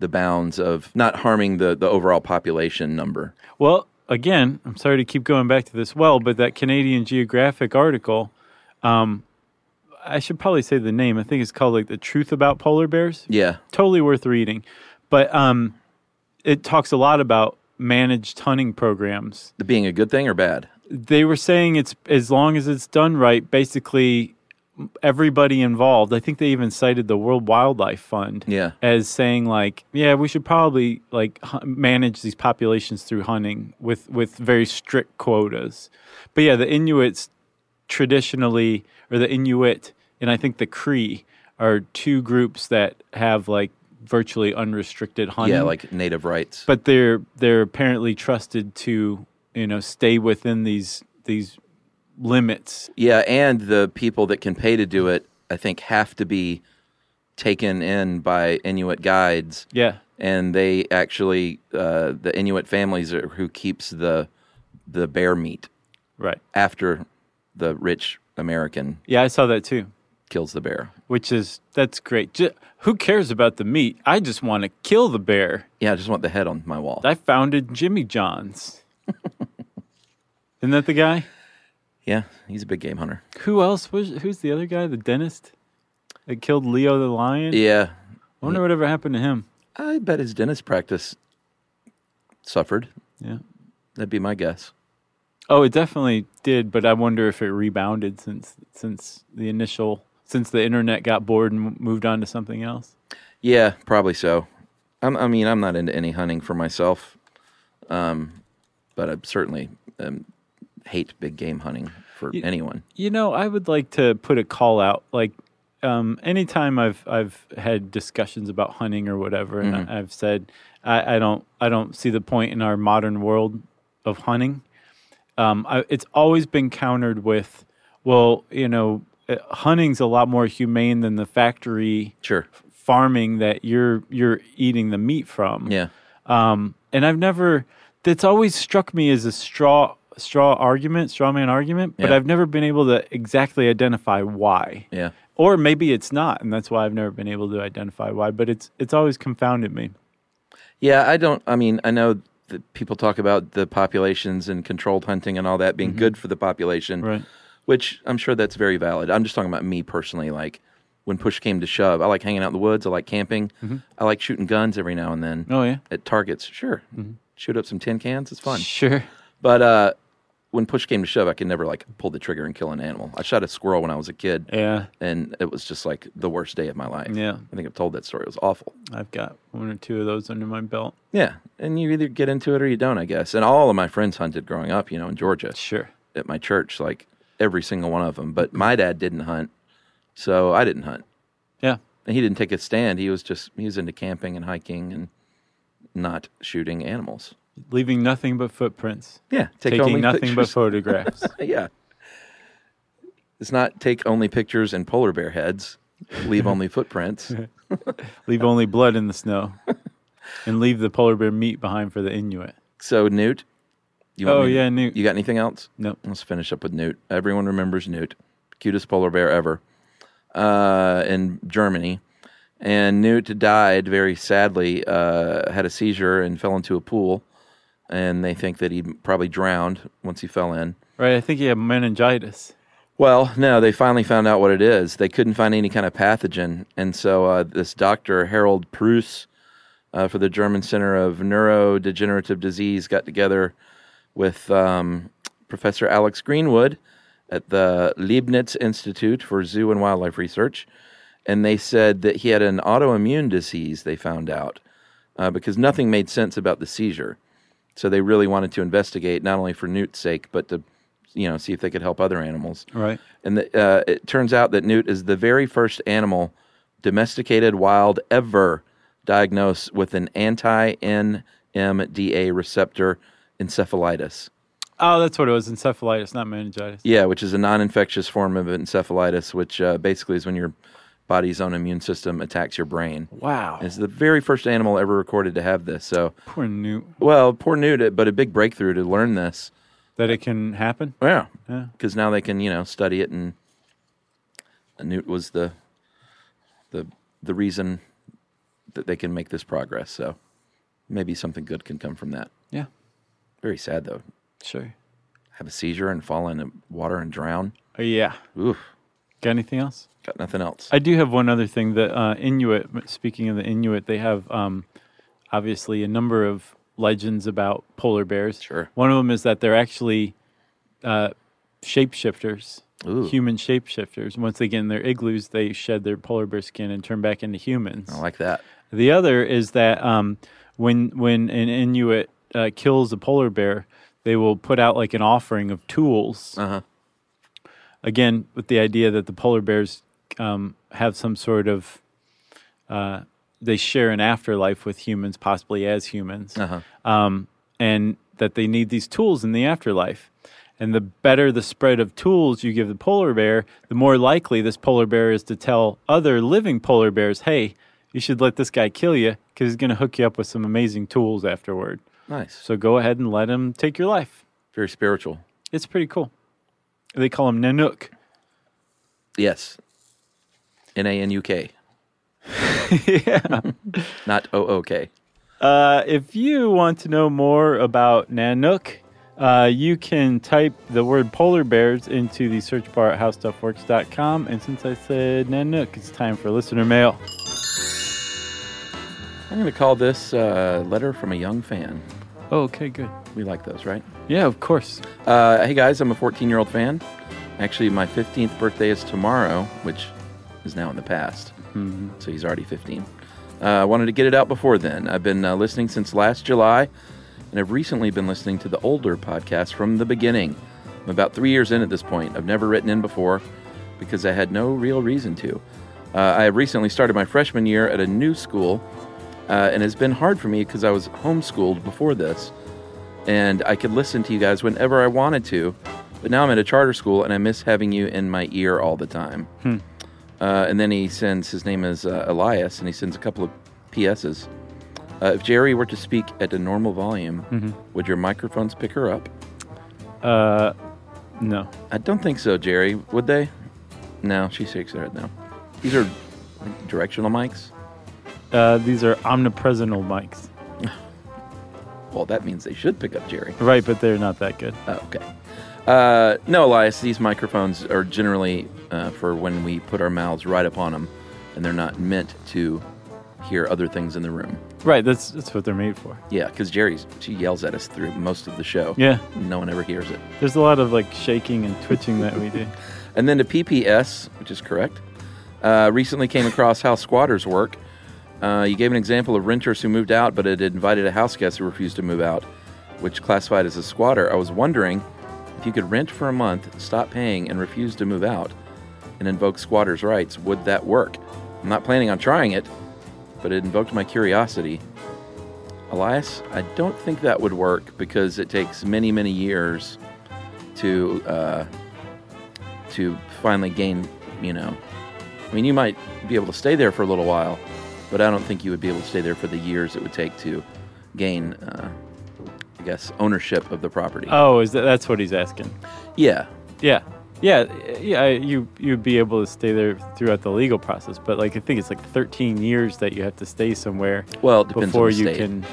Speaker 5: the bounds of not harming the the overall population number.
Speaker 4: Well, again, I'm sorry to keep going back to this well, but that Canadian Geographic article, um, I should probably say the name. I think it's called like The Truth About Polar Bears.
Speaker 5: Yeah.
Speaker 4: Totally worth reading. But um, it talks a lot about managed hunting programs.
Speaker 5: Being a good thing or bad?
Speaker 4: They were saying it's as long as it's done right, basically everybody involved. I think they even cited the World Wildlife Fund
Speaker 5: Yeah.
Speaker 4: as saying like yeah we should probably like hu- manage these populations through hunting with with very strict quotas but yeah the inuits traditionally or the inuit and i think the cree are two groups that have like virtually unrestricted hunting
Speaker 5: Yeah, like native rights.
Speaker 4: but they're they're apparently trusted to you know stay within these these limits
Speaker 5: Yeah, and the people that can pay to do it, I think, have to be taken in by Inuit guides.
Speaker 4: Yeah.
Speaker 5: and they actually, uh, the Inuit families are who keeps the the bear meat
Speaker 4: right
Speaker 5: after the rich American
Speaker 4: Yeah, I saw that too.
Speaker 5: kills the bear.
Speaker 4: Which is that's great. Ju- who cares about the meat? I just want to kill the bear.
Speaker 5: Yeah, I just want the head on my wall.
Speaker 4: I founded Jimmy John's. Isn't that the guy?
Speaker 5: Yeah, he's a big game hunter.
Speaker 4: Who else was? Who's the other guy? The dentist that killed Leo the lion.
Speaker 5: Yeah,
Speaker 4: I wonder whatever happened to him.
Speaker 5: I bet his dentist practice suffered.
Speaker 4: Yeah.
Speaker 5: That'd be my guess.
Speaker 4: Oh, it definitely did, but I wonder if it rebounded since since the initial since the internet got bored and moved on to something else.
Speaker 5: Yeah, probably so. I'm, I mean, I'm not into any hunting for myself, um, but I certainly um, hate big game hunting for
Speaker 4: You-
Speaker 5: anyone.
Speaker 4: You know, I would like to put a call out. Like, um, anytime I've I've had discussions about hunting or whatever,
Speaker 5: Mhm.
Speaker 4: and I, I've said I, I don't I don't see the point in our modern world of hunting. Um, I, it's always been countered with, well, you know, uh, hunting's a lot more humane than the factory
Speaker 5: sure.
Speaker 4: farming that you're you're eating the meat from.
Speaker 5: Yeah.
Speaker 4: Um, and I've never that's always struck me as a straw straw argument, straw man argument, but
Speaker 5: Yeah.
Speaker 4: I've never been able to exactly identify why.
Speaker 5: Yeah.
Speaker 4: Or maybe it's not, and that's why I've never been able to identify why, but it's it's always confounded me.
Speaker 5: Yeah, I don't. I mean, I know that people talk about the populations and controlled hunting and all that being good for the population,
Speaker 4: Right.
Speaker 5: which I'm sure that's very valid. I'm just talking about me personally. Like when push came to shove, I like hanging out in the woods. I like camping.
Speaker 4: Mhm.
Speaker 5: I like shooting guns every now and then.
Speaker 4: Oh yeah.
Speaker 5: At targets, sure.
Speaker 4: Mhm.
Speaker 5: Shoot up some tin cans. It's fun.
Speaker 4: Sure.
Speaker 5: But uh, when push came to shove, I could never like pull the trigger and kill an animal. I shot a squirrel when I was a kid.
Speaker 4: Yeah.
Speaker 5: And it was just like the worst day of my life.
Speaker 4: Yeah.
Speaker 5: I think I've told that story. It was awful.
Speaker 4: I've got one or two of those under my belt.
Speaker 5: Yeah, and you either get into it or you don't, I guess. And all of my friends hunted growing up, you know, in Georgia.
Speaker 4: Sure.
Speaker 5: At my church, like every single one of them. But my dad didn't hunt, so I didn't hunt.
Speaker 4: Yeah.
Speaker 5: And he didn't take a stand. He was just he was into camping and hiking and not shooting animals.
Speaker 4: Leaving nothing but footprints.
Speaker 5: Yeah, take only
Speaker 4: taking nothing but
Speaker 5: pictures.
Speaker 4: photographs.
Speaker 5: yeah. It's not take only pictures and polar bear heads. Leave only footprints.
Speaker 4: leave only blood in the snow. and leave the polar bear meat behind for the Inuit.
Speaker 5: So Newt, you want
Speaker 4: Oh,
Speaker 5: me to-
Speaker 4: yeah, Newt.
Speaker 5: You got anything else?
Speaker 4: No.
Speaker 5: Let's finish up with Newt. Everyone remembers Newt, cutest polar bear ever, uh, in Germany. And Newt died very sadly. Uh, had a seizure and fell into a pool. And they think that he probably drowned once he fell in.
Speaker 4: Right, I think he had meningitis.
Speaker 5: Well, no, they finally found out what it is. They couldn't find any kind of pathogen. And so uh, this doctor, Harold Preuss, uh, for the German Center of Neurodegenerative Disease, got together with um, Professor Alex Greenwood at the Leibniz Institute for Zoo and Wildlife Research. And they said that he had an autoimmune disease, they found out, uh, because nothing made sense about the seizure. So they really wanted to investigate, not only for Newt's sake, but to you know, see if they could help other animals.
Speaker 4: Right.
Speaker 5: And the, uh, it turns out that Newt is the very first animal, domesticated wild, ever diagnosed with an anti NMDA receptor encephalitis.
Speaker 4: Oh, that's what it was encephalitis, not meningitis.
Speaker 5: Yeah, which is a non infectious form of encephalitis, which uh, basically is when your body's own immune system attacks your brain.
Speaker 4: Wow.
Speaker 5: It's the very first animal ever recorded to have this. So,
Speaker 4: Poor Newt.
Speaker 5: well, poor Newt, but a big breakthrough to learn this.
Speaker 4: That it can happen?
Speaker 5: Yeah.
Speaker 4: Yeah.
Speaker 5: Because now they can, you know, study it and and Newt was the the the reason that they can make this progress. So maybe something good can come from that.
Speaker 4: Yeah.
Speaker 5: Very sad though.
Speaker 4: Sure.
Speaker 5: Have a seizure and fall into water and drown.
Speaker 4: Oh, yeah.
Speaker 5: Oof.
Speaker 4: Got anything else?
Speaker 5: Got nothing else.
Speaker 4: I do have one other thing that uh, Inuit, speaking of the Inuit, they have um, obviously a number of legends about polar bears.
Speaker 5: Sure.
Speaker 4: One of them is that they're actually uh, shapeshifters,
Speaker 5: Ooh.
Speaker 4: human shapeshifters. Once they get in their igloos, they shed their polar bear skin and turn back into humans.
Speaker 5: I like that.
Speaker 4: The other is that um, when when an Inuit uh, kills a polar bear, they will put out like an offering of tools.
Speaker 5: Uh-huh.
Speaker 4: Again, with the idea that the polar bears um, have some sort of uh, they share an afterlife with humans, possibly as humans,
Speaker 5: Uh-huh.
Speaker 4: um, and that they need these tools in the afterlife. And the better the spread of tools you give the polar bear, the more likely this polar bear is to tell other living polar bears, "Hey, you should let this guy kill you because he's going to hook you up with some amazing tools afterward."
Speaker 5: Nice.
Speaker 4: So go ahead and let him take your life.
Speaker 5: Very spiritual.
Speaker 4: It's pretty cool. They call him Nanook,
Speaker 5: Yes. N A N U K. Yeah. Not O O K.
Speaker 4: Uh, if you want to know more about Nanook, uh, you can type the word polar bears into the search bar at howstuffworks.com. And since I said Nanook, it's time for listener mail.
Speaker 5: I'm going to call this uh, letter from a young fan.
Speaker 4: Oh, okay, good.
Speaker 5: We like those, right?
Speaker 4: Yeah, of course.
Speaker 5: Uh, hey guys, I'm a 14 year old fan. Actually, my 15th birthday is tomorrow, which is now in the past. So he's already 15. Uh, I wanted to get it out before then. I've been uh, listening since last July, and I've recently been listening to the older podcast from the beginning. I'm about three years in at this point. I've never written in before because I had no real reason to. Uh, I have recently started my freshman year at a new school, uh, and it's been hard for me because I was homeschooled before this, and I could listen to you guys whenever I wanted to. But now I'm at a charter school, and I miss having you in my ear all the time.
Speaker 4: Hmm.
Speaker 5: Uh, and then he sends his name is uh, Elias, and he sends a couple of PSs. Uh, if Jerry were to speak at a normal volume,
Speaker 4: Mhm.
Speaker 5: would your microphones pick her up?
Speaker 4: Uh, no.
Speaker 5: I don't think so, Jerry. Would they? No, she shakes her head no. These are like, directional mics.
Speaker 4: Uh, these are omnipresental mics.
Speaker 5: Well, that means they should pick up Jerry.
Speaker 4: Right, but they're not that good.
Speaker 5: Oh, okay. Uh, no, Elias, these microphones are generally uh, for when we put our mouths right upon them, and they're not meant to hear other things in the room.
Speaker 4: Right, that's that's what they're made for.
Speaker 5: Yeah, because Jerry's she yells at us through most of the show.
Speaker 4: Yeah.
Speaker 5: no one ever hears it.
Speaker 4: There's a lot of like shaking and twitching that we do.
Speaker 5: And then to PPS, which is correct. Uh, recently came across how squatters work. Uh, you gave an example of renters who moved out, but it invited a house guest who refused to move out, which classified as a squatter. I was wondering if you could rent for a month, stop paying, and refuse to move out, and invoke squatters' rights. Would that work? I'm not planning on trying it, but it invoked my curiosity. Elias, I don't think that would work because it takes many, many years to uh, to finally gain, you know. I mean, you might be able to stay there for a little while, but I don't think you would be able to stay there for the years it would take to gain, uh, I guess, ownership of the property.
Speaker 4: Oh, is that that's what he's asking?
Speaker 5: Yeah.
Speaker 4: Yeah. Yeah, yeah, I- you you'd be able to stay there throughout the legal process, but like I think it's like 13 years that you have to stay somewhere.
Speaker 5: Well, it depends on
Speaker 4: before
Speaker 5: the
Speaker 4: you
Speaker 5: state.
Speaker 4: can.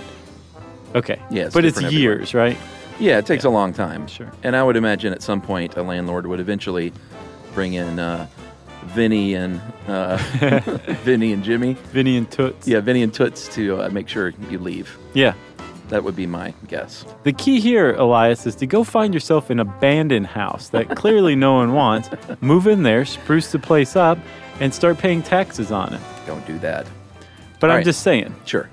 Speaker 4: Okay.
Speaker 5: Yeah, it's
Speaker 4: but it's
Speaker 5: different everywhere.
Speaker 4: years, right?
Speaker 5: Yeah, it takes a long time.
Speaker 4: Sure.
Speaker 5: And I would imagine at some point a landlord would eventually bring in uh, Vinny and uh, Vinny and Jimmy.
Speaker 4: Vinny and Toots.
Speaker 5: Yeah, Vinny and Toots to uh, make sure you leave.
Speaker 4: Yeah.
Speaker 5: That would be my guess.
Speaker 4: The key here, Elias, is to go find yourself an abandoned house that clearly no one wants. Move in there, spruce the place up, and start paying taxes on it.
Speaker 5: Don't do that.
Speaker 4: But
Speaker 5: All
Speaker 4: I'm
Speaker 5: right.
Speaker 4: just saying.
Speaker 5: Sure.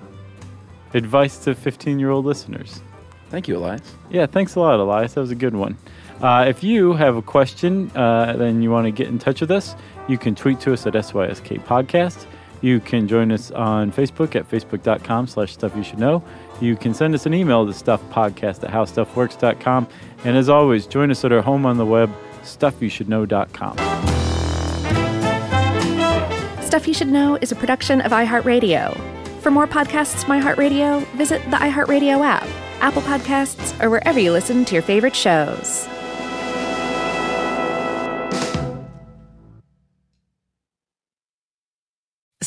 Speaker 4: Advice to 15 year old listeners.
Speaker 5: Thank you, Elias.
Speaker 4: Yeah, thanks a lot, Elias. That was a good one. Uh, if you have a question, uh, then you want to get in touch with us, you can tweet to us at SYSK Podcast. You can join us on Facebook at facebook.com slash stuff you should know. You can send us an email to stuffpodcast at howstuffworks.com. And as always, join us at our home on the web, stuffyoushouldknow.com.
Speaker 3: Stuff You Should Know is a production of iHeartRadio. For more podcasts from iHeartRadio, visit the iHeartRadio app, Apple Podcasts, or wherever you listen to your favorite shows.